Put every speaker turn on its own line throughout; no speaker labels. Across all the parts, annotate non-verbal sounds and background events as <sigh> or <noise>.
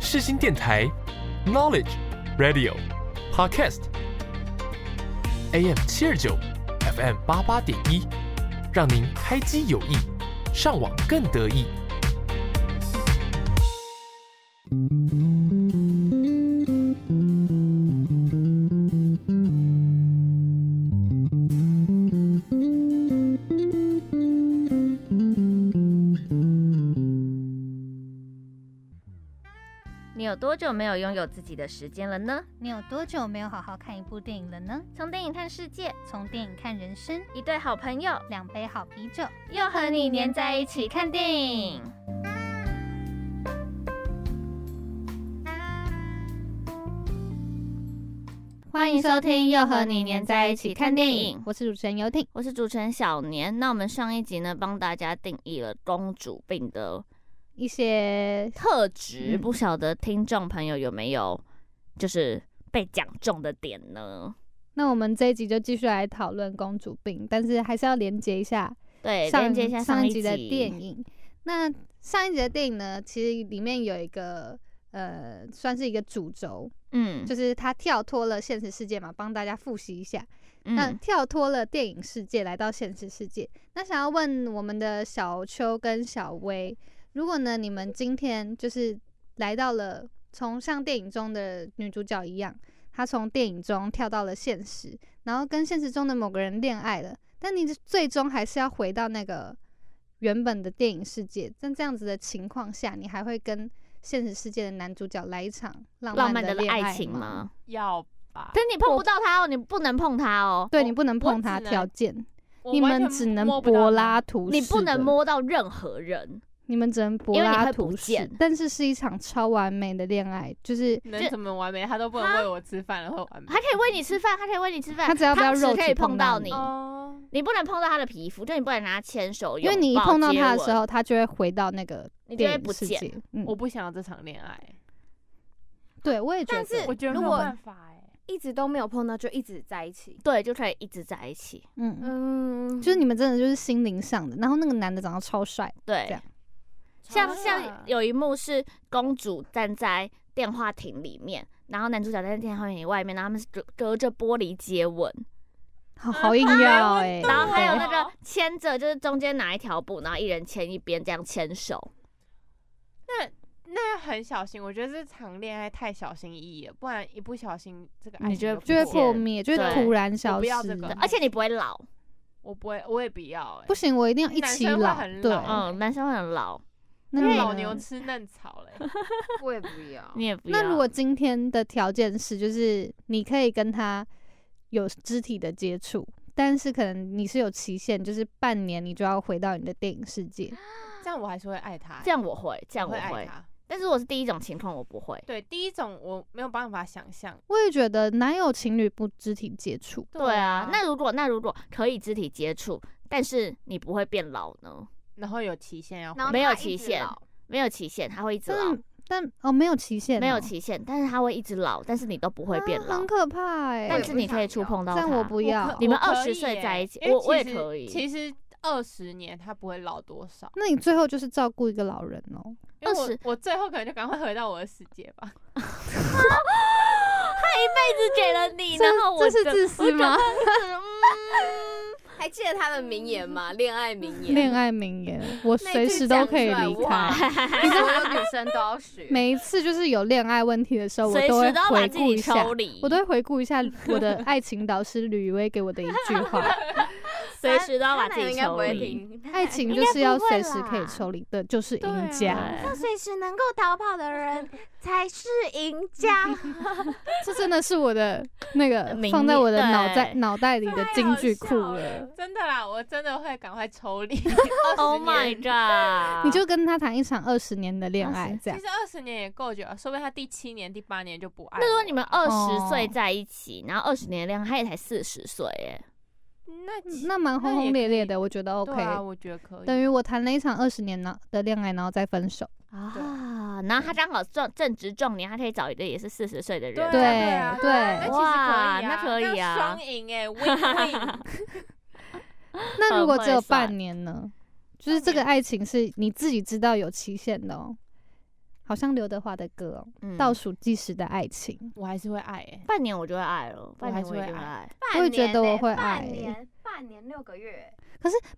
世新电台 Knowledge Radio Podcast AM 七二九 FM 八八点一，让您开机有意，上网更得意。
你有多久没有拥有自己的时间了呢？
你有多久没有好好看一部电影了呢？
从电影看世界，
从电影看人生，
一对好朋友
两杯好啤酒，
又和你黏在一起看电影。
欢迎收听《又和你黏在一起看电影》，我是主持人尤婷。
我是主持人小年。那我们上一集呢，帮大家定义了公主病的
一些
特质，
嗯
不晓得听众朋友有没有就是被讲中的点呢？
那我们这一集就继续来讨论公主病，但是还是要连接一下
对，
上
连接一下
上
一
集
集
的电。影。那上一集的电影呢，其实里面有一个呃，算是一个主轴，
嗯，
就是它跳脱了现实世界嘛，帮大家复习一下。那
嗯，
跳脱了电影世界，来到现实世界。那想要问我们的小秋跟小薇，如果呢你们今天就是来到了从像电影中的女主角一样，她从电影中跳到了现实，然后跟现实中的某个人恋爱了，但你最终还是要回到那个原本的电影世界。但这样子的情况下，你还会跟现实世界的男主角来一场浪
浪
漫
漫
的
的
恋
爱情
吗？
吗？
要吧？
但你碰不到他哦，你不能碰他哦，
对
我
你不能
我
碰
只
他，
能
条件。
我
你
完
们
全
只能
摸不到
柏
它
拉，图式，
你不能，摸到任何人。
你们只能柏
因为你
拉
会不
图式
见。
但是是一场超完美的恋爱，就是
这
能怎么完美？他都不能
它
喂我吃饭了，会完美
他可以喂你吃饭，他可以喂你吃饭，
他只要不要
汤匙
肉体
可以碰
碰到
到
你
你，
哦。
你不能碰到他的皮肤，就你不能拿他牵手，
因为你一
拥抱
碰到
接
他的
吻
时，候，他就会回到那个
你就
电
会
影
不
世
见。
界。嗯
我，不想要这场恋爱，
对我也觉得，
但是
我觉得
如
没有
果
办法哎。
一直都没有碰到，就一直在一起。
对，就可以一直在一起。
嗯，
嗯，
就是你们真的就是心灵上的。然后那个男的长得超帅，这
对
样，
像
超
像
辣
有一幕是公主站在电话亭里面，然后男主角站在电话亭外面，然后他们是隔隔着玻璃接吻，
好
啊
好硬要
我
哎、
懂
然后还有
对
那
对
个牵着，就是中间拿一条布，然后一人牵一边这样牵手。
那要很小心，我觉得这场恋爱太小心翼翼了，不然一不小心这个爱
你
情
就
哎就会
不
破
见
灭，就会
对
突然消
我不要
失
这个
对
嗯，
而且你不会老，
我不会，我也不要哎
不，行，我一定要一
男
起
生会
老。
很
对，
老
嗯，男生会很老，
那
因为
你
老
呢
牛吃嫩草嘞。
我也不要
你也不要。
那如果今天的条件是，就是你可以跟他有肢体的接触，但是可能你是有期限，就是半年你就要回到你的电影世界。
啊
这样我还是会爱他欸，
这样我会，这样
我
我
会爱
会，
他。
但是如果是第一种情况，我不会。
对，第一种我没有办法想象。
我也觉得哪有情侣不肢体接触？
对啊，那如果那如果可以肢体接触，但是你不会变老呢？
然后有期限要回
然后
没有
他一
期
直
限
老
没有期限，它会一直
但
老
是，但哦，没有期限哦、
啊没有期限，但是它会一直老，但是你都不会变
啊
老
很，可怕哎、
但
我
是
也
你
不
可以
想
触
要
碰到它。
但我不
我
要
可。
你们
我可
20
以
岁
耶
在一起
因为
我我也
其实
可以
其实二十年他不会老多少，
那你最后就是照顾一个老人哦、
因为我
20
我最后可能就赶快回到我的世界吧。 <laughs>
一直给了你，
这
然后我
这是
的
自私吗？
还记得他的名言吗？恋爱名言，
嗯恋爱名言，我
那
随
句
时都
讲
可以
出来
离
哇
开。
所有女生都要学。
每一次就是有恋爱问题的时候，我
随
都会
时都要把
回
自
顾
己
一下。
抽离，
我都会回顾一下我的爱情导师吕薇给我的一句话：
<laughs>
随时都要把
他
自
男
己
友应该不
抽
会
离。
听。
爱情就是要随时可以抽离的，就是赢
对
家。
啊 <laughs>
随时能够逃跑的人才是赢
<laughs>
家。
这真的是我的那个
名
放在我的
言
脑袋
对
脑袋里的金句库
太好笑
了
了。
真的啦，我真的会赶快抽
<laughs>
离20
Oh my
年
god！
你就跟他谈一场二十年的恋爱，这样
其实二十年也够久了，说不定他第七年、第八年就不爱我了。
那如果你们二十岁
哦
在一起，然后二十年恋爱，他也才四十岁耶。
那其
嗯那蛮轰
那也
轰烈
可以
烈的，我觉得 OK
对。啊，我觉得可以。
等于我谈了一场二十年呢的恋爱，然后再分手。
啊，然后他刚好正正值壮年，他可以找一个也是四十岁的人。
对啊
对
啊
对
那其实，
哇
可以啊，
那可以啊
双赢哎，win
<laughs>
win。
那如果只有
很会算
半年呢？就是这个爱情是你自己知道有期限的哦。好像刘德华的歌哦，
嗯
倒数计时的爱情》，
我还是会爱
<laughs>
哎、
半年我就会爱了，半
还
年
是
我也
会
就会
爱
爱。
半
我也觉得
年
我
欸
会爱
半年，半年六个月，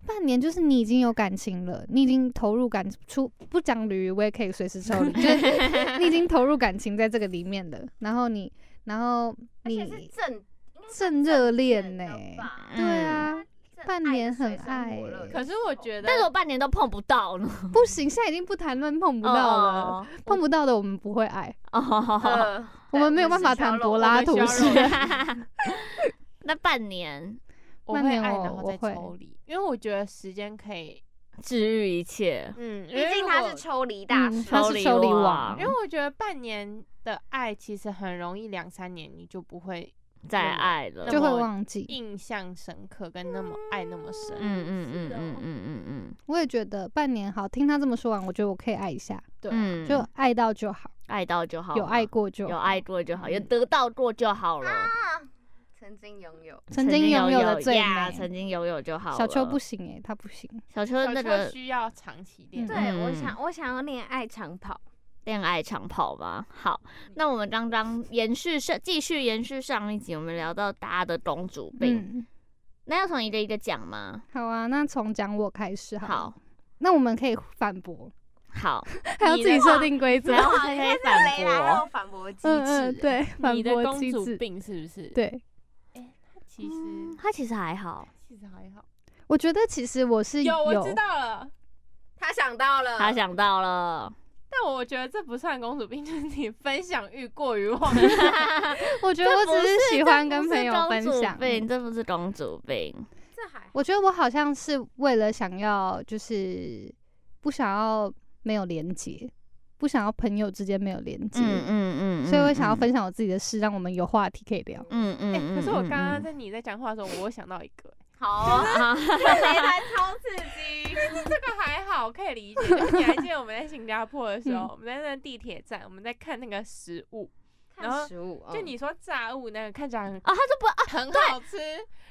半年就是你已经有感情了，你已经投入感出不讲鲤鱼，我也可以随时抽离，就是你已经投入感情在这个里面了，然后你，然后
而且是嗯
你
正应该算
正热恋呢、
正的吧
对啊，
正
半年很
水深火热
爱
的
可是
时
我
候
觉得，
但是我半年都碰不到呢，
不行，现在已经不谈论碰不到了，
哦
碰不到的我们不会爱，
哦哦哦哦
呃
我们没有办法
对我
谈
们是小肉
柏拉
们
图
需要
式
肉。
<laughs> 那半年
我
半
会
年
爱，
我
然后
我
再
会
抽离，因为我觉得时间可以，
治愈一切。
嗯， <laughs> 因
毕
为
竟
如
他
果
是抽离大
嗯，
师，
他
抽
是
离
抽离
王
王
因，为我觉得半年的爱其实很容易，两三年你就不会
再爱了，
就会
那么
忘记。
印象深刻，跟那么爱那么深。
嗯嗯嗯嗯嗯嗯嗯，
我也觉得半年好，听他这么说完，我觉得我可以爱一下，
对，
嗯
就爱到就好，
爱到就好，啊
有爱，过就好
有爱过就好，有
嗯
得到过就好了。
曾经拥有，
曾经拥有的最
呀，
美。
曾经拥有就好了。
小秋不行哎、他不行，
小秋
小
那
秋
个
需要长期恋
嗯
对
爱。
我
嗯
想我想要恋爱长跑，
恋爱长跑吧。好，那我们刚刚延续上，继续延续上一集，我们聊到大家的公主病，
嗯，
那要从一个一个讲吗？
好啊，那从讲我开始好了 <laughs>
好，
那我们可以反驳， <laughs>
好，
还要自己设定规则
然，后还
你
可以
看这个
反
哎
雷达还有
驳。
反驳机
嗯嗯，
制，
对，反
你的
驳
公
机
主
制，
病是不是？，
对，
其实、
嗯他其实还好，
其实还好。
我觉得其实我是
有，我知道了。
他想到
呃
了，
他想到
<laughs>
了，
但我觉得这不算公主病， <laughs> 就是你分享欲过于旺
嗯
盛。
我觉得我只
这不
喜欢跟朋友
这不
分
是公
享嗯
主，病，这不是公主病，
这还
我觉得我好像是为了想要，就是不想要没有连接，不想要朋友之间没有连接，
嗯嗯嗯，
所以我想要
嗯
分，享我自己的事，让我们有话题可以聊。
嗯嗯
哎、
嗯。
可是我刚刚
嗯
在你在讲话的时候，我想到一
<laughs>
个、
好哦，
<laughs> 啊，
这雷达超刺激，
这个还好，可以理解。就是你还记得我们在新加坡的时候，我们在那地铁站，我们在看那个食物， <laughs> 然后
食物
就你说炸物那个看起来很
啊，他就不啊，
很好吃，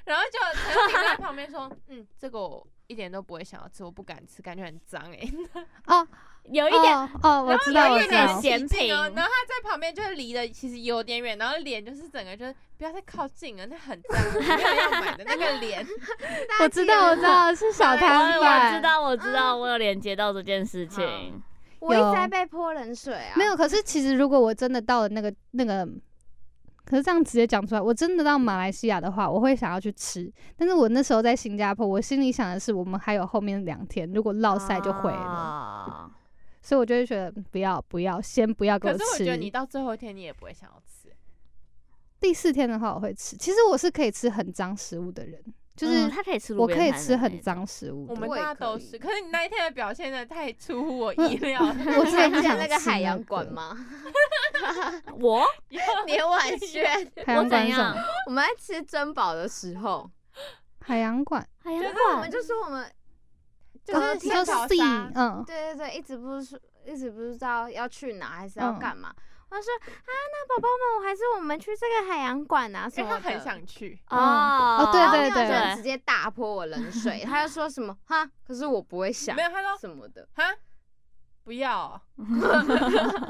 然后 <laughs> 就陈婷在旁边说，嗯，这个我一点都不会想要吃，我不敢吃，感觉很脏哎、
哦，
有
有
一点
哦，我知
<laughs>
道，
有
我
一
知
点
道，
咸
平
平
哦，然后他在旁边就是离的其实有点远，然后脸就是整个就是不要再靠近了，那很脏，我没有要 <laughs> 买的那个脸。
我知道，我知道是小摊
我我知
贩。
道，我知道，我有连接到这件事情。嗯
我一直在被泼冷水啊，
没有，可是其实如果我真的到了那个那个，可是这样直接讲出来，我真的到马来西亚的话，我会想要去吃。但是我那时候在新加坡，我心里想的是，我们还有后面两天，如果落塞就毁
哦
了，
啊
了。
所以我就会觉得不要不要，先不要给
可是我觉得你
吃。
到最后一天你也不会想要吃，
第四天的话，我会吃。其实我是可以吃很脏食物的人，就
嗯
是
他可以吃路
我
边
可以
摊的
吃
那
很
种，
脏食物
我
的。
们
我也
大家
可
都
以
是。可是你那一天的表现的太出乎我意料了，
我真的不
你
想
<laughs> 看那个
吃
海洋
那
馆
个
吗？
<laughs>
我
连婉
<laughs>
萱，
我
海洋馆
怎
是什么
样？
我们在吃珍宝的时候，
海洋馆，
哎呀，
我
嗯
们就说我们
就
哦
是
你
天
说
桥
C，
沙
嗯，
对对对，一直不是一直不知道要去哪还是要
嗯
干嘛。我就说啊，那宝宝们，我还是我们去这个海洋馆啊什
因为他
么的。
很想去。
哦
哦对
然后
对
那个
对
人直接大泼我冷水，他就说什么哈，可是我不会想
没有，他说
什么的，
哈，不
<laughs>
要，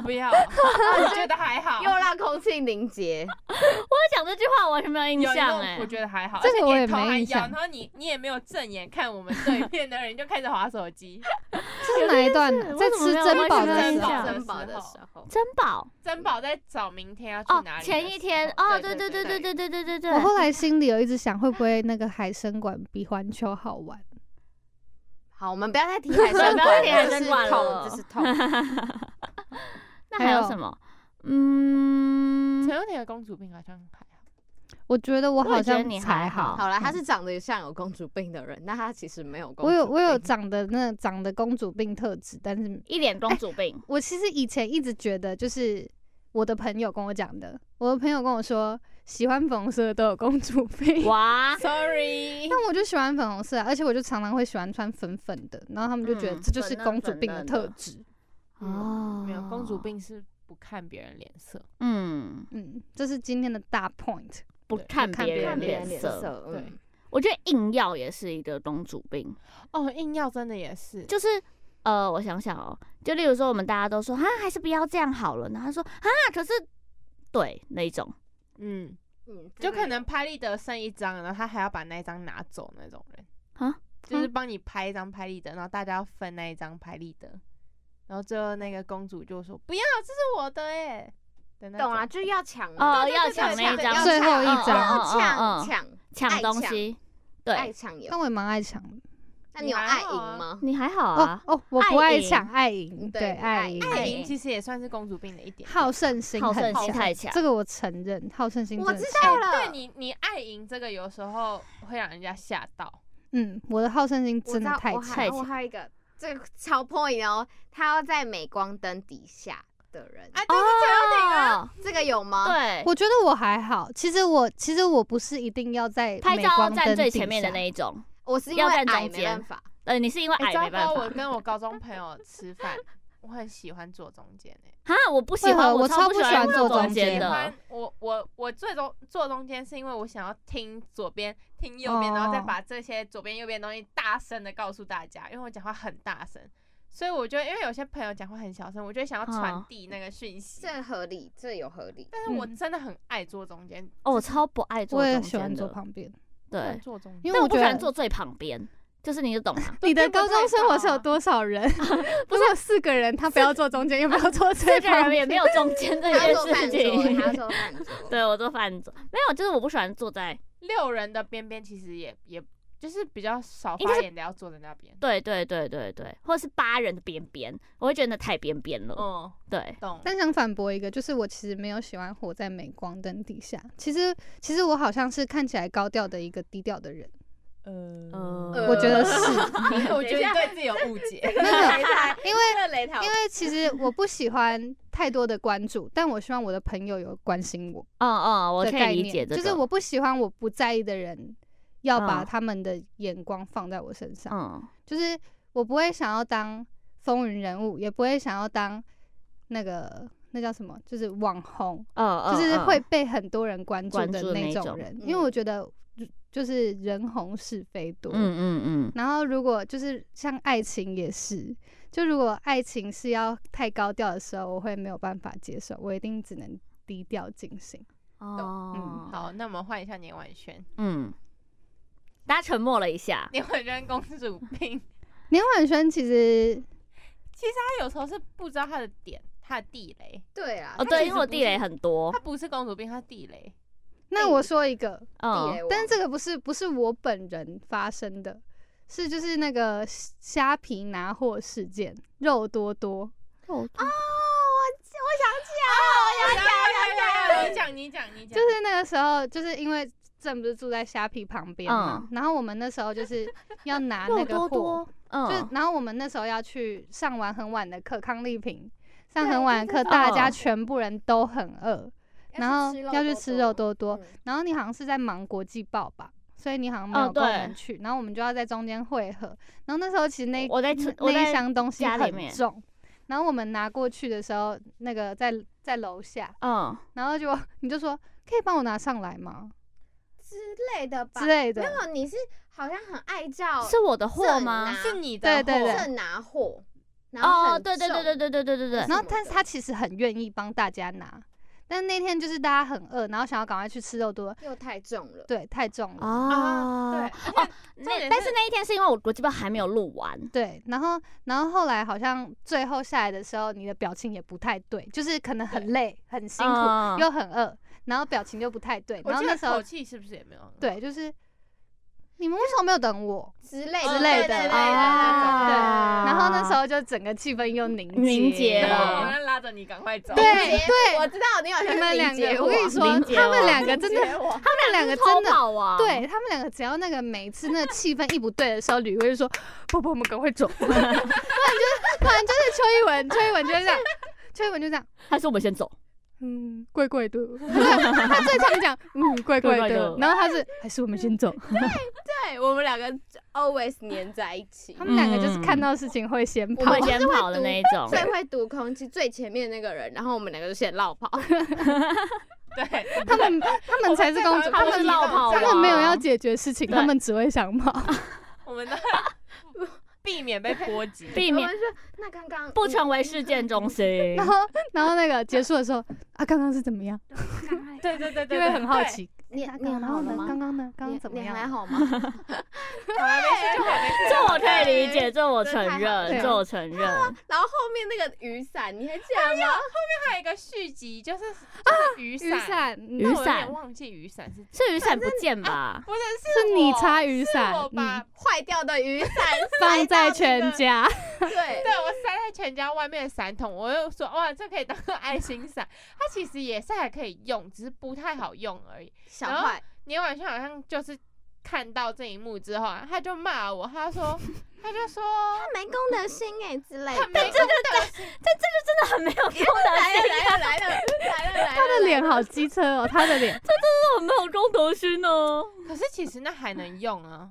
不要，我觉得还好。
又让空气凝结。
他讲这句话我完全没有印
有一
象
种
哎
我。觉得还好，
这个
而且
我也
你头
没
还
印
摇
象
然后你你也没有正眼看我们对面的人，你就开始划手
<laughs>
机。
这是哪一段呢？
为
在
什么
吃
没有
珍
关
宝
系
的
呢
时
珍
候
宝。
珍宝的时候，
珍宝
珍宝在找明天要去
哦
哪里、，
前一天哦，对对对对对对对对 <laughs> 对
我，后来心里有一直想，会不会那个海参馆比环球好玩？
好，我们不要再提海
所以
参
不要
馆
提
了，
海
这
参
是
馆
痛，
了
这是痛。
那还有
还有
什么？嗯，
陈又廷的公主病好像还好，
我觉得我
我也
好
觉得
像
你
才
还好
好了，他是长得像有公主病的人，那他其实没有公主
我有我有
病
长得那长得公主病特质，但是
一脸公主病，
我其实以前一直觉得，就是我的朋友跟我讲的，我的朋友跟我说，喜欢粉红色的都有公主
哎
病。 <laughs>
哇，
Sorry，
那我就喜欢粉红色啊、而且我就常常会喜欢穿粉粉的，然后他们就觉得
嗯
这就是
粉嫩
公主
粉
病的
嫩
特
的
质。
<laughs> 哦，
没有公主，病是不看别人脸色，
嗯，
嗯，这是今天的大 point。
不
对
看
不看
别
别
人
人
脸
脸
色，
色，
对
嗯。
我觉得硬要也是一个公主病，
哦，硬要真的也是，
就是呃，我想想哦，就例如说我们大家都说啊，还是不要这样好了，然后他说啊，可是对那一种，
嗯，
嗯，
就
真的
可能拍立得剩一张，然后他还要把那一张拿走那种人
啊，
就是帮你拍一张拍立得，然后大家要分那一张拍立得，然后最后那个公主就说不要，这是我的哎，的那
懂啊，
种
就是要抢
哦
对对
要
对
抢那一
对
张
要
最
抢
后一张
要
嗯嗯嗯
抢抢
抢
爱
东
抢
西，
爱
对
抢
但
有，
我也蛮爱抢的。
那你有
你还
爱
好
赢
啊
吗？
你还好
哦
啊，
哦，我不
爱
爱
赢
抢，爱赢，
对
对，
不
爱
爱哎
赢，
爱
对
赢其实也算是公主病的一点。
好胜心
好
很
胜
强，
心太强
这个我承认，好胜心真
我
的
知
强
道
哎对
了，
你，你爱赢这个有时候会让人家吓到。
嗯，我的好胜心
我知
真的
道，
太
我
强
还
太
我
强
还有一个这个超 point 哦，他要在镁光灯底下的人，
啊，就是这样顶啊！
哦，
这个有吗？
对，
我觉得我还好，其实我其实我不是一定要在
拍
镁
照要
光
站
灯
最
底
前面的
下
那一种，
我是因为
要
矮
站中
没
间
办法，
呃，你是因为
哎
矮
糟
没办
糕我
法
跟我高中朋友吃饭，我很喜欢坐中间欸
哈，
诶、
我不喜
为
欢，
啊何我
超
超
不
不
喜
喜欢
坐
坐
中间
中间
喜欢
的，
我我我最终坐中间是因为我想要听左边听右边，然后再
哦
把这些左边右边的东西大声的告诉大家，因为我讲话很大声，所以我觉得因为有些朋友讲话很小声，我就会想要传
嗯
递那个讯息。
这合理，这有合理。
但是我
嗯
真的很爱坐中间，
哦，我超不爱坐
我也
中
喜欢
间
坐
的，
旁边，
不能
对，
坐中间。
因为
但我
我
不
觉
喜
得
欢坐最旁边，就是你就懂
<laughs>
吗？
你的
边不
高
太
中生活是
好啊
有多少
<laughs>
人？不 <laughs> 是四个人，他不要坐中间，又不要坐最
这个
旁
人也
边
没有中间这
他
件
要做
事
饭桌，他要
情，
做饭桌，
<laughs> 对我坐饭桌，没有，就是我不喜欢坐在，
六人的边边其实也也就是比较少
应该
发
是
言的要坐在那边。
对对对对对，或者是八人的边边，我会觉得太边边了，
嗯，
对，
懂。
但想反驳一个，就是我其实没有喜欢活在镁光灯底下。其实，其实我好像是看起来高调的一个低调的
<laughs>
人，
呃， <laughs>
呃
嗯我觉得是，
我觉得你对自己有误解。 <laughs>
没有因为
为雷桃
因为其实我不喜欢太多的关注，但我希望我的朋友有关心我
嗯嗯，我
的
可
概
以理
念，
解这个，
就是我不喜欢我不在意的人要把
嗯
他们的眼光放在我身上，
嗯，
就是我不会想要当风云人物，也不会想要当那个那叫什么，就是网红。
嗯嗯，
就是
嗯
会被很多人关注
关
的
注的那
那
种
种人，
嗯
因为我觉得就是人红是非多。
嗯嗯
然后如果就是像爱情也是，就如果爱情是要太高调的时候，我会没有办法接受，我一定只能低调进行。
嗯，哦，
好，那我们换一下年婉萱。
嗯，大家沉默了一下，
年婉萱公主病，
年婉萱其实
她有时候是不知道她的点，她的地雷。
对啊
哦，，对，因为我地雷很多
她，不是公主病，她地雷。
那我说一个，
地
嗯
雷王，
但是这个不是不是我本人发生的，是就是那个虾皮拿货事件，肉多多。
哦，我我
哎
想起来了，我想起
来来来，你讲，你讲，你讲。
就是那个时候，就是因为正不是住在虾皮旁边嘛，
嗯
然后我们那时候就是要拿
<laughs> 肉
那个货，
多多，
就
嗯，
然后我们那时候要去上完很晚的课，康丽萍上
对
很晚的课，
对
大
对
家
嗯
全部人都很饿，然后要去吃肉多
嗯
多，然后你好像是在忙国际报吧。所以你好像没
哦
有跟我们
对
去，然后我们就要在中间汇合。然后那时候其实那
我在吃，
那
我
一
在，
箱东西
家里
很
面
重，然后我们拿过去的时候，那个在在楼下，
嗯，
然后就 <laughs> 你就说可以帮我拿上来吗
之类的吧
之。类的
啊
没，有，你是好像很爱叫
是我的货
正
吗？
拿
啊是你的货，
啊对对对
正拿货，然后
哦，
很
对对对
重
对对对对对对
什，
然后
么
但
的
是他其实很愿意帮大家拿，但那天就是大家很饿，然后想要赶快去吃肉多，
又太重了。
对，太重了，
啊，对，
哦，
而且重
那
点
但是那一天是因为我国际报还没有录完，
对，然后然后后来好像最后下来的时候，你的表情也不太对，就是可能很累、很辛苦、
嗯
又很饿，然后表情又不太对，
我
然后
记
那
得
时候
口气是不是也没有？，
对，就是你们为什么没有等我？
之类
之
的
类
对
的
对对
啊
对对对
然后那时候就整个气氛又凝
凝结
结
然后
了
我们拉着你赶快走。
啊对
结
对，
我知道你好像
你们
理
两
解
个，我跟你说，
理解
他
我
们两个真的，
理解我
他们两个
超
真的，
跑啊，
对他们两个只要那个每次那个气氛一不对的时候，吕薇就说：“婆婆，我们赶快走。”突然就是突然就是邱一文，邱一文就这样，邱一文就这样，
他说我们先走，
嗯，怪怪的。他他最常讲，嗯，怪
怪
怪
怪
的
的。
然后他是还是我们先走。
对我们两个 always 黏在一起
他，们两个就是看到事情会先
我
跑
会
们，
先跑的那一种，
最会读空气最前面那个人，然后我们两个就先绕跑。
对，
他们他们才是公主，
他
他
们是
们
绕跑
啊
啊他们没有要
王
解决事情，
对
他们只会想跑。
我们的。避免被波及。
避
我
免
们说那刚刚
不
你
成为事件中心。
<laughs> 然后然后那个结束的时候啊，刚刚是怎么样？
对对对对，
因
对
为很好，奇，
<laughs> 你
啊
你
刚然后
好了
呢？刚
吗？
刚呢？刚
你
刚怎么
你
样？
还好吗？ <laughs>
好了没事就好没事
这我可以理解，这我
真的
承
太好
认，
了啊
这我承认。
然后后面那个雨伞，你还记得吗？
还有一个续集就是就是雨
啊雨
伞，
伞，嗯
但
雨
我有点
伞
忘记雨伞是
是雨伞不见吧？
不是
是
我
你擦雨伞
是我把
坏掉的雨伞
<laughs> 放在全家，
对
对我塞在全家外面的伞桶，我又说哇，这可以当个爱心伞，它其实也是还可以用，只是不太好用而已。
小
然后
坏，
年晚上好像就是看到这一幕之后啊，他就骂我，他说他
<laughs>
就说
他没公德心哎之类的。
他没这个
这
<laughs>
很没有公德
来
心，
了来了来了来了来了，
他的脸好机车哦，他的脸。
这很没有公哦德心呢。
可是其实那还能
<laughs>
用啊，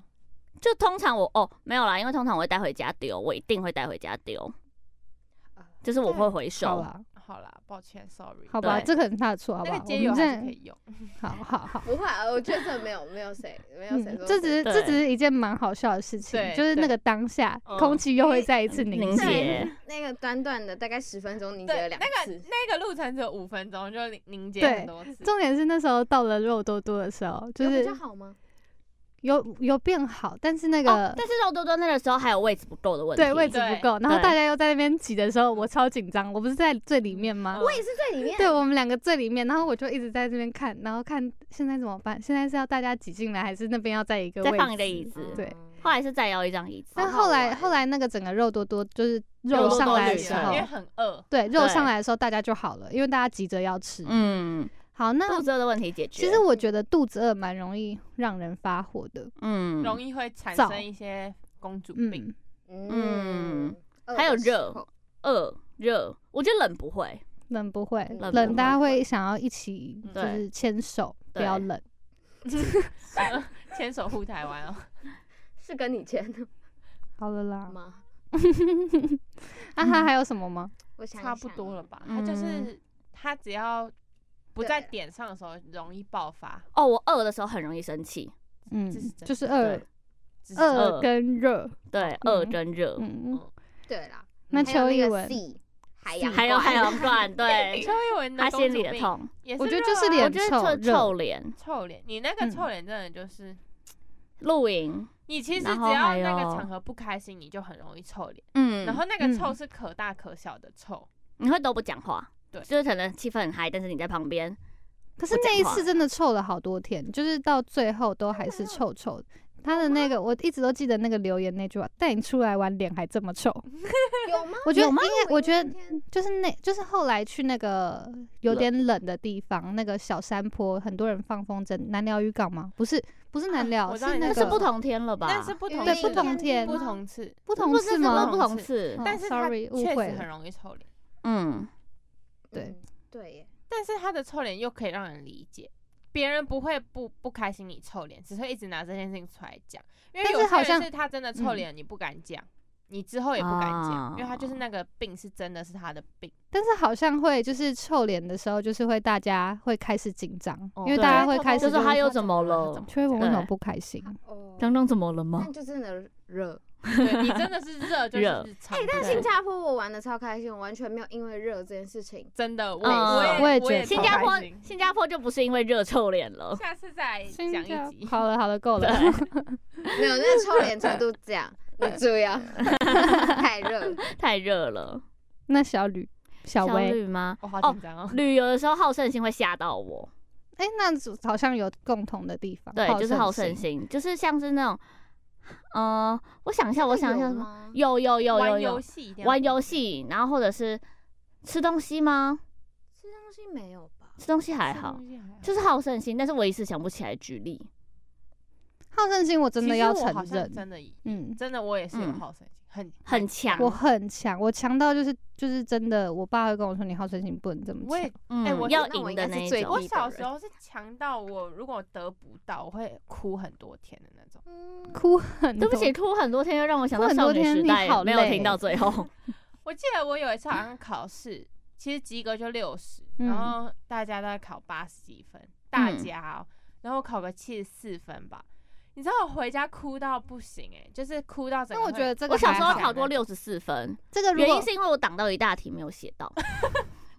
就通常我哦没有啦，因为通常我会带回家丢，我一定会带回家丢，就是我会回
好啊
收。
啦，
好啦，抱歉，sorry。
好吧，
对
这可能是他的错，好不
那
好？
个
我
街友
们
还是可
这
以用，
好好好，
不会啊，我觉得这没有没有谁没有谁
嗯
说，
这只是
对
这只是一件蛮好笑的事情，
对
就是那
对
个当下，
嗯
空气又会再一次凝
凝
结。
结，
那个短短的大概十分钟，你觉得
对，
两
那个
次？
那个路程只有五分钟，就凝凝结
对
很多次。
重点是那时候到了肉多多的时候，就
有比
是
较好吗？
有有变好，但是那
哦
个，
但是肉多多那个时候还有位置不够的问题，
对位置
对
不够，然后
对
大家又在那边挤的时候，我超紧张，我不是在最里面吗？
我也是最里面，
对我们两个最里面，然后我就一直在这边看，然后看现在怎么办？现在是要大家挤进来，还是那边要在一个
再
位
放一个
置
椅子
对
后来是再要一张椅子，
但
好好
后来
玩
后来那个整个肉多多就是
肉
肉
多
上
多
来的
旅
时
程
因
候
为，很饿，
对肉
对
上来的时候大家就好了，因为大家急着要吃。
嗯，
好，那
肚子饿的问题解决。
其实我觉得肚子饿蛮容易让人发火的。
嗯，
容易会产
燥
生一些公主病。
<laughs>
<laughs>
嗯，
嗯，饿
还有
的时
热
候，
饿热，我觉得冷不会，
冷不会，
冷
冷
不
大家
会
会想要一起就
对
是牵手，不
对
要冷。
呃牵手护台湾哦，
是跟你签的
好了啦，
吗？
啊哈，还有什么吗？
我想一
差不
想啊
多了吧？
嗯
他就是他只要不
对
在点上的时候容易爆发，
哦，我饿的时候很容易生气，
嗯
这是，真
就是
的
饿
只是
饿
饿跟热。
对，饿跟热，
嗯，
对啦。
那
还有
邱
那
一
个
文，
C，海洋
还有
馆
海洋 <laughs> 馆，对，
邱一文
嗯他
的
心里
公
的
主病
痛，
也是
我觉得
热
就是
啊
脸
我觉得臭
臭
臭脸，
臭脸，你那个
嗯
臭脸真的就是。
露营，
你其实只
然后
要
还
那个
有
场合不开心，你就很容易臭脸，
嗯，
然后那个臭
嗯
是可大可小的臭，
你会都不讲话，
对
就是可能气氛很嗨，但是你在旁边，
可是
不
那
讲
一
话
次真的臭了好多天，就是到最后都还是臭臭的。他的那个我一直都记得那个留言那句话，带你出来玩脸还这么臭。
<laughs> 有吗？
我觉得
有
应
吗
该，我
我
觉
那
得
天
就是那，就是后来去那个有点冷的地方，那个小山坡，很多人放风筝，南寮渔港吗？不是，不是
啊
南寮，
我知道
是
你
那
那
个
是不同天了吧？
但是不同
对
次
不
的
同天
不同次，
不同
不
次
是
吗？
不同嗯次
哦，
但是它
，sorry，误
确
会
实
了
很容易臭脸，
嗯，
对
嗯对耶，
但是他的臭脸又可以让人理解，别人不会不不开心你臭脸，只会一直拿这件事情出来讲，因为
但是
有
好
些
像嗯
人是他真的臭脸，你不敢讲，你之后也不敢讲，因为他
啊
就是那个病是真的是他的病，
但是好像会就是臭脸的时候，就是会大家会开始紧张，
哦
因为
对
大家会开始
就是
是
他
说
又怎么了？
邱一文为什么
对
不开心？
哦，
张张怎么了吗
但？就真的热。
对你真
<laughs>
的是热就
热
是
哎
长的
但新加坡我玩的超开心，我完全没有因为热这件事情。
真的我
嗯
也
我也
也
觉得
新
超
加坡
开心，
新加坡就不是因为热臭脸了，
下次再讲一集。
好了好了，够了。
没有，那臭脸程度这样，你注
<laughs>
意啊，太热。
太热了。
<laughs> 那小吕、小
焦
薇，
虑吗？
我好紧张哦！
旅游的时候好胜心会吓到我，
哎、那好像有共同的地方，
对，就是好胜
胜。
心，就是像是那种，呃，我想一下，我想一下
有
什么，
吗？
有哦有有有
玩游
有
戏一定要
玩游戏，然后或者是吃东西吗？
吃东西没有吧？
吃东西还
吃
好
东，西还好，
就是好胜心，但是我一时想不起来举例。
好胜心我真的要
其实我好
承
像
认，
真的
嗯，
真的我也是有
嗯
好胜心，很
很强
我很强，我强到就是就是真的，我爸会跟我说你好胜心不能这么
我也
强，
嗯，
哎我
要
那我
赢
应
的
该
那
是
一
最
种
低。
我
的
小
人
时候是强到我，如果我得不到，我会哭很多天的那种。
嗯，
哭很
对
多。
不起，，哭很多天，又让我想
哭
到
很
少
多
女
天
时
你
代
好，
没有
累
听到最后。
<laughs>
我记得我有一次好像考试，其实及格就六十，
嗯
然后大家都在考八十几分，大
嗯
家、哦，然后我考个七十四分吧。你知道我回家哭到不行哎、就是哭到整
但
个
我
会。
觉得这个
我小时候
还好
考
欸
过，六十四分，
这个如
原
果
因是因为我挡到一大题没有写到。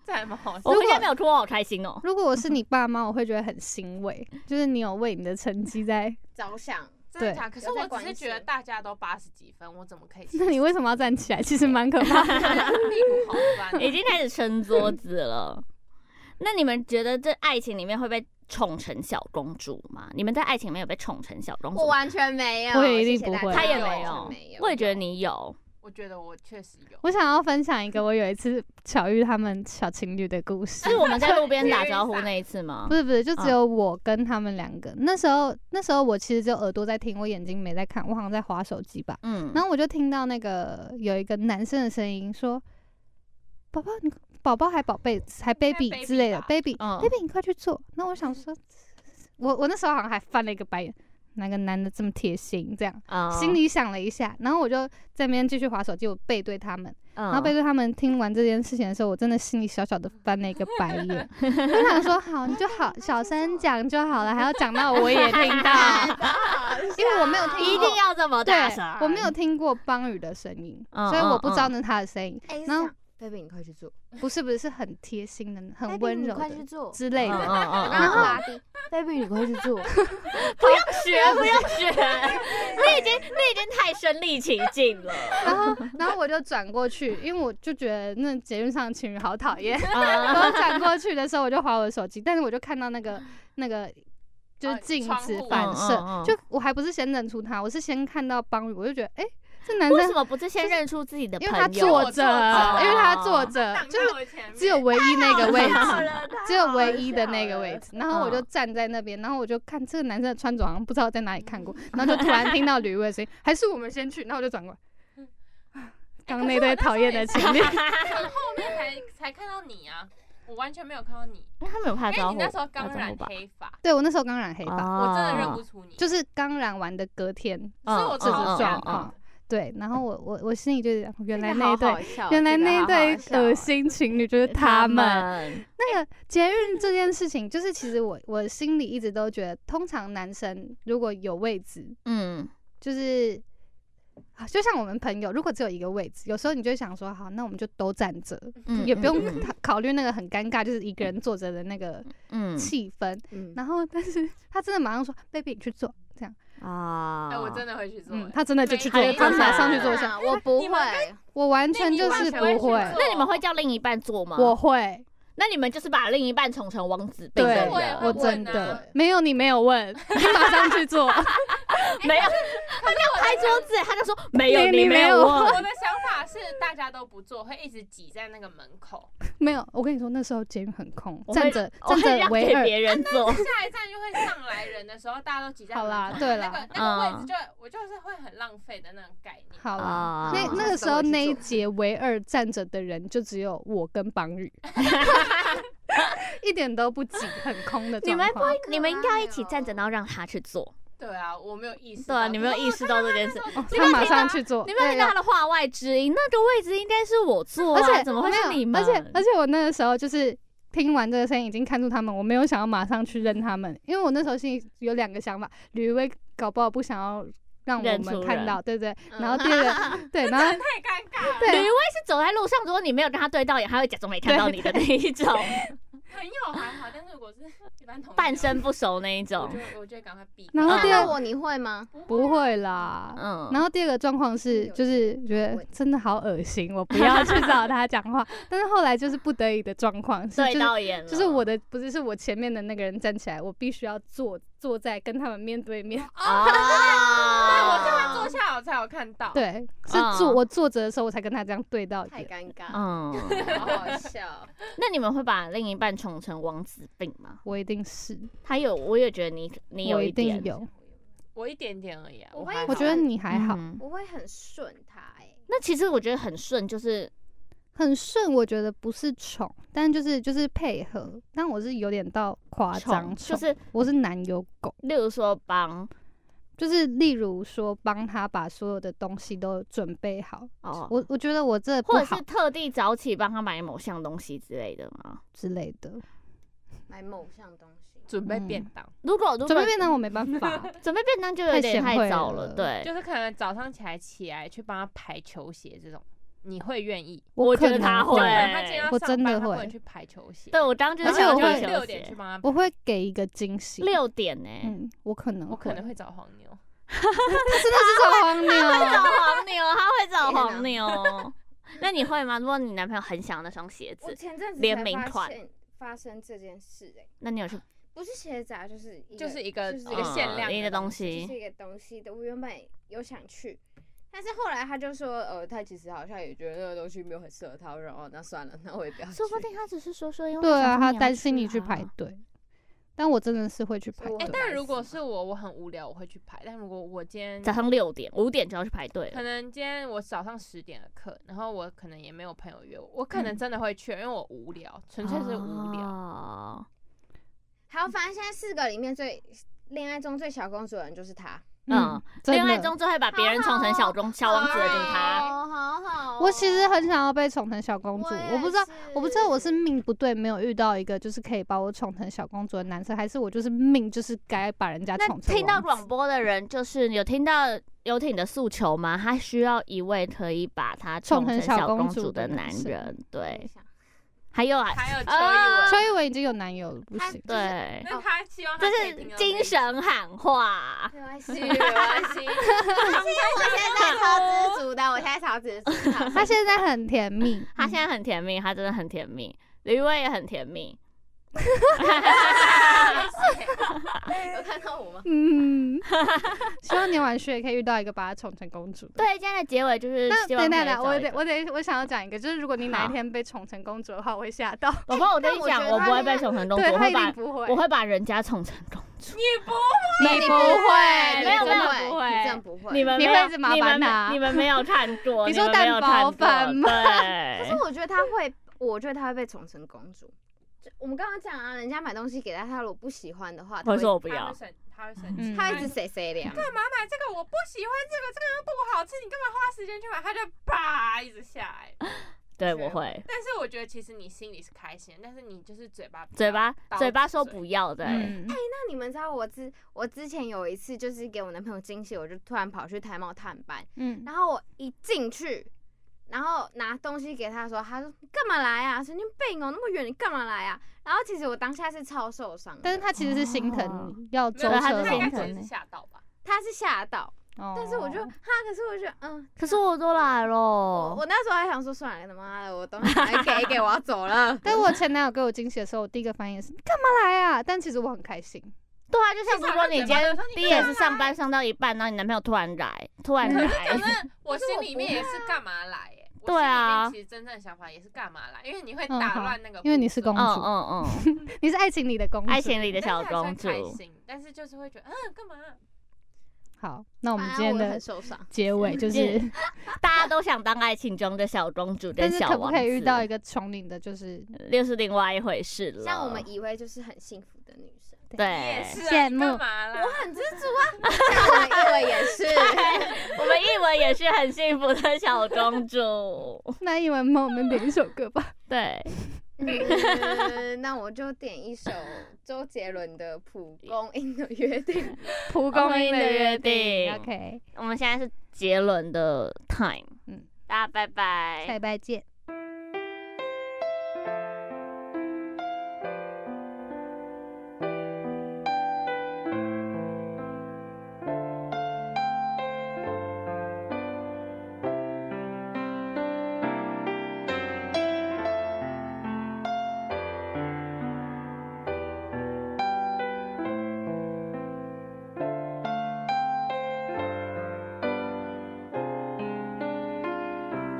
这还蛮好笑
我
如。
回
果
家没有哭，我好开心哦。
如果我是你爸妈，我会觉得很欣慰，就是你有为你的成绩在。 <laughs>
着想，
真的
对？
假的？可是
有在
我只
关
是
心
觉得大家都八十几分，我怎么可以
那你为什么要站起来？其实蛮可
<laughs>
怕的。 <laughs>
屁股好酸
<laughs> 已经开始撑桌子了。那你们觉得这爱情里面会被宠成小公主吗？你们在爱情里面有被宠成小公主
我
吗？
完全没有，
我也一定
谢谢大
不会
家
他也
我
没
完
有
全没，有，
我也觉得你有。
我觉得我确实有。
我想要分享一个我有一次巧遇他们小情侣的故事
是。我们在路边打招呼那一次吗
<laughs> 不？是不是，就只
啊
有我跟他们两个。那时候那时候我其实只有耳朵在听，我眼睛没在看，我好像在划手机吧。
嗯，
然后我就听到那个有一个男生的声音说：“宝宝，你宝宝还宝贝还 baby
baby
之类的
吧
，baby
嗯
baby，你快去做。”那我想说，我我那时候好像还翻了一个白眼，哪个男的这么贴心这样？
啊
心里想了一下，然后我就在那边继续划手机，我背对他们。
然
然后背对他们听完这件事情的时候，我真的心里小小的翻了一个白
<laughs>
眼，我想说好，你就好小声讲就好了，还要讲到我也听到，
<laughs>
因为我没有听过，
一定要这么
对
大声，，
我没有听过邦宇的声音，
啊嗯
所以我不知道
嗯
那是他的声音，
哎，
然后
是这样 baby，你快去做，
不是不是是很贴心的、很
Baby，
温
哎你
柔
快去
的
做。
之类
嗯
的。
嗯
<laughs>
嗯
然
嗯
后拉低，baby，你快去
<laughs>
做。
不要
<laughs>
学，不要学， <laughs> 那已经那已经太身临其境
<laughs>
了。嗯
然后然后我就转过去，因为我就觉得那节目上的情侣好讨厌。
嗯
然后转过去的时候，我就划我的手机，但是我就看到那个那个就是
哦
镜
窗
子
户
反
嗯
射，
嗯嗯
就我还不是先认出他，我是先看到邦宇，我就觉得哎、诶这男
为什
生，
么不是先认出自己的
因为他
朋友？
坐着，
哦
因为他坐着，
挡
就
在
是
我前面
只有唯一那个
<laughs>
位
好
置。
了
<laughs> 只有唯一的那个位置，
啊
然后我就
嗯
站在那边，然后我就看这个男生的穿着好像不知道在哪里看过，
嗯
然后就突然听到吕薇的声音，还是我们先去，然后我就转过
<laughs>
来，刚那对讨厌的情侣，
<laughs> 后面才才看到你啊，我完全没有看到你，
因为他没有
因
拍
为
招
哎你
呼，
那时候刚
打招
染
呼吧
黑发，
对我那时候刚染黑
哦
发，
啊
我真的认不出你，
就是刚染完的隔天，
所以我
这
种
超
状
想
况对，然后我我我心里就想， <laughs> 原来
这个
那一
好
对
好笑
原来那一对
这个好好笑哦
恶心情侣就是他们。那个捷运这件事情，就是其实我我心里一直都觉得，通常男生如果有位置，
嗯，
就是啊就像我们朋友，如果只有一个位置，有时候你就会想说，好，那我们就都站着，
嗯
也不用
<laughs> 嗯
考考虑那个很尴尬，就是一个人坐着的那个
嗯
气氛。
嗯，
然后，但是他真的马上说，baby 你去做，这样，
嗯啊
哎，我真的会去做
嗯，
欸。
他真的就去做
没，
他马上去
有
做
做
一下。
我不
你
会
们，
我完全就
啊那
是
你完
不
全不会去做
那你们会叫另一半做吗？
我，会，
那你们就是把另一半宠成王子病
对
的
是我也
人，
会
我
问
真
啊
的没有你没有问，你马上去
<laughs>
做，
哎
没有， <laughs> 他就拍桌子，他就说没有
你
你
你
没
没
有 <laughs>
有
问，
我的想法是大家都不做，会一直挤在那个门口，
没有。我跟你说那时候捷运很空，
我
站
会
着
我
站
会
着
让
为
给
二，
别人做，
下一站就会上来人的时候，大家都挤在门口。
好啦对啦
那个那个位
嗯
置就我就是会很浪费的那种概念。
好啦。
啊
那
好
那
下
个
次
时候
我去
那一
做
节唯二站着的人就只有我跟邦
<laughs>
宇，一点都不挤，很空的
你
状
们不
况。
会，你们应该一起
嗯
站着，然后让他去做，
对啊，我没有意识
<laughs> 对
到。
啊，你没有意识到这件事。
哦
他马上去做，
你没有听到他的话外之音，那个位置应该是我坐啊，
而且
怎么会是
没有
你们？
而且而且我那个时候就是听完这个声音，已经看出他们，我没有想要马上去认他们，因为我那时候心里有两个想法：吕薇搞不好不想要让我
认出
们
人嗯
看到，对不对？然后第二个，
<laughs>
对，然后
太尴尬了，
吕 <laughs>
对
薇是走在路上，如果你没有跟他对到眼，他会假装没看到你的那一种，
<laughs> 朋友还好，但是如果是一般同学
半生不熟那一
我
种
就。我就会赶快避开。
然后
嗯
第
啊那
二
我你会吗？
不会啦。
嗯，
然后第二个状况是，就是觉得真的好恶心，我不要去找他讲话。 <laughs> 但是后来就是不得已的状况是，
对
就是
到眼了，
就是我的不是是我前面的那个人站起来，我必须要坐坐在跟他们面对面。 <laughs>
啊，
对，哦我就会坐下，我才有看到。，
对，是
嗯
坐、我坐着的时候，我啊才跟他这样对到
太
眼。
尴尬，
嗯，
好好笑。哦 <laughs>
那你们会把另一半宠成王子病吗？
我一定是，
他有，我也觉得你你
我
有
一定
点，
有。
我一点点而已啊。
我
还
会
好
我觉得你还好，
嗯
我会很顺他哎，
那其实我觉得很顺，就是
很顺，我觉得不是宠，但就是就是配合。但我是有点到夸张
宠，就
宠，
是
我是男友狗，
例如说帮
就是例如说帮他把所有的东西都准备好。
哦，
我我觉得我这不
或者
好
是特地早起帮他买某项东西之类的吗？
之类的，
买某项东西，
准备
嗯
便当，
如果如果
准备便当我没办
<laughs>
法，啊
准备便当就有
太
点
贤
太
惠
早
了
了，对，
就是可能早上起来起来去帮他排球鞋这种，你会愿意？
我觉
可
得
能
他
就
会
可能他今天要
我
上
真的
班他不
会
能去排球鞋，
对我刚刚就
然
是
后
而
想要
且我
我就
会
去
六
休
点去
息，
帮他排。
我会给一个惊喜。
六点呢、
嗯，我可能
我可能
会
会找黄牛，
真的是找
<laughs>
黄牛，
找黄牛，他会找
天哪
黄牛。那你会吗？如果你男朋友很想要那双鞋
我
子，
前阵子
联
才
名
发
款
现发生这件事哎、
那你有去？
不是鞋子啊，就是一个
就是一个
就是
一个限量
嗯
的
的东
就
西
是一个东西的。我原本有想去，但是后来他就说，呃，他其实好像也觉得那个东西没有很适合他，然后哦那算了，那我也不要去。
说不定他只是说说，因为
对啊，
想说
他
你要
担心你
去
去
啊
排。队，但我真的是会去排
所以我
队嗯
很。
哎
哎
但如
白
果
痴
是我，我很无聊，我会去排。但如果我今天
早上六点、五点就要去排队
可
了。
能今天我早上十点的课，然后我可能也没有朋友约我，我可能
嗯
真的会去，因为我无聊，纯粹是无聊。
哦
好，反正现在四个里面最恋爱中最小公主的人就是他，
嗯，
真
恋爱
的
中最会把别人宠成小公小王子的啊就是他。
好哎好好哦
我其实很想要被宠成小公主，我
也
不知道，
是
我不知道我是命不对，没有遇到一个就是可以把我宠成小公主的男生，还是我就是命就是该把人家
那
宠成
听到
王
广
子。
播的人，就是有听到游艇的诉求吗？他需要一位可以把他
宠
宠
成
成
小
小
公
公
主
主
的
的
男
男
生
人。
我
对，
想
还有啊，
还有邱
啊
一
邱
文，
一文已经有男友了，不行。
对，
那他希望
这
他可以听
是精
到这一集
神喊话。
没 <laughs> 关系，没关系。我现在超知足的，我现在超知足。好
他现在很甜蜜，
<laughs> 他
嗯
现在很甜蜜，他真的很甜蜜，李薇也很甜蜜。
有看到我吗？
<laughs>
嗯，希望年晚旭也可以遇到一个把他宠成公主的。
对，今天的结尾就是
那
希望
等
可以
等等，
找
我
一
得
个
我得我想要讲一个，就是如果你哪一
好
天被宠成公主的话，我会吓到。
我怕我跟
但
你
我
讲，
觉得
我
他
不会
应
被
该
宠成公主，
对
我
他
会
一定
把
不会，
我会把人家宠成公主。
你不
你不
会，
没有
你真
没有
的
哎不会
哎你真的不会。
你们
你
没
会
有
一直麻
你
烦
们没
他
你们没有看过，
你
你
说
们没有看
蛋包
过
饭吗
可是 <laughs>
对，
我觉得他会，我觉得他会被宠成公主。就我们刚刚讲啊，人家买东西给他，他如果不喜欢的话，他
我
会
说 <laughs> 我不
他
要嗯
会，生，他会生
嗯
气，
他会一直谁谁凉。
妈买这个我不喜欢，这个这个又不好吃，你干嘛花时间去买？他就啪一直下来。
对
是
我会
但是我觉得其实你心里是开心的，但是你就是嘴巴
<laughs> 嘴巴
刀
嘴巴说
嘴
不要的。
嗯，
那你们知道我之我之前有一次就是给我男朋友惊喜，我就突然跑去台贸探班，
嗯，
然后我一进去，然后拿东西给他的时候，他说你干嘛来啊？神经病哦，那么远你干嘛来啊？然后其实我当下是超受伤的，
但是他其实是心
哦
疼你，要
没
舟
有
他
车
是
他应
心
劳
该只
疼
顿。
欸
是吓到吧？
他是吓到，但
但
是我就哈，可是我就嗯，
可是我都来
我
了
我，那时候还想说算了，他妈的，我东西拿来 <laughs> 给一给，我要走了。
但我前男友给我惊喜的时候，我第一个反应也是干嘛来啊？但其实我很开心，
对啊，就像
至
是
少
说
他
你
嘴
今
巴
天
就说你
第
干
也
嘛
是上班上到一半，然后你男朋友突然来，突然来，
可是我心里面也是干嘛来、欸？我
对啊
心里面其实真正的想法也是干嘛来，因为你会
嗯
打
好
乱那个步骤，
因为你是公
嗯
主，
嗯嗯。
你是爱情里的公主。
爱情里的
但是
小
还算
公
开
主。
心，但是就是会觉得嗯干嘛？
好，那我们
反
今天
正啊我
的
很受伤，
结尾就是，
大家都想当爱情中的小公主
但
跟
是
小
可不
王
可以遇到一
子，
个宠你的，就是
又是另外一回事了。
像我们以为就是很幸福的女生，
啊对，
是啊，
羡
你
慕
干嘛啦？
我很知足 <laughs> 啊，像我们以为也是。
我们一文也是很幸福的小公主。
<laughs>
那一文帮我们点一首歌
<laughs>
吧。
对，
嗯，那我就点一首周杰伦的《蒲公英的约定》。
蒲
公
公英
英
的
的
约
约
定
定
，OK，
我们现在是杰伦的 time，
嗯
嗯，大家拜拜，
下礼拜见。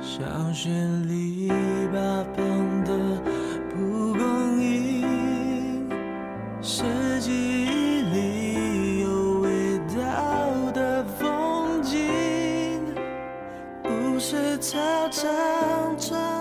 小学里八旁的蒲公英，是记忆里有味道的风景，不是操场长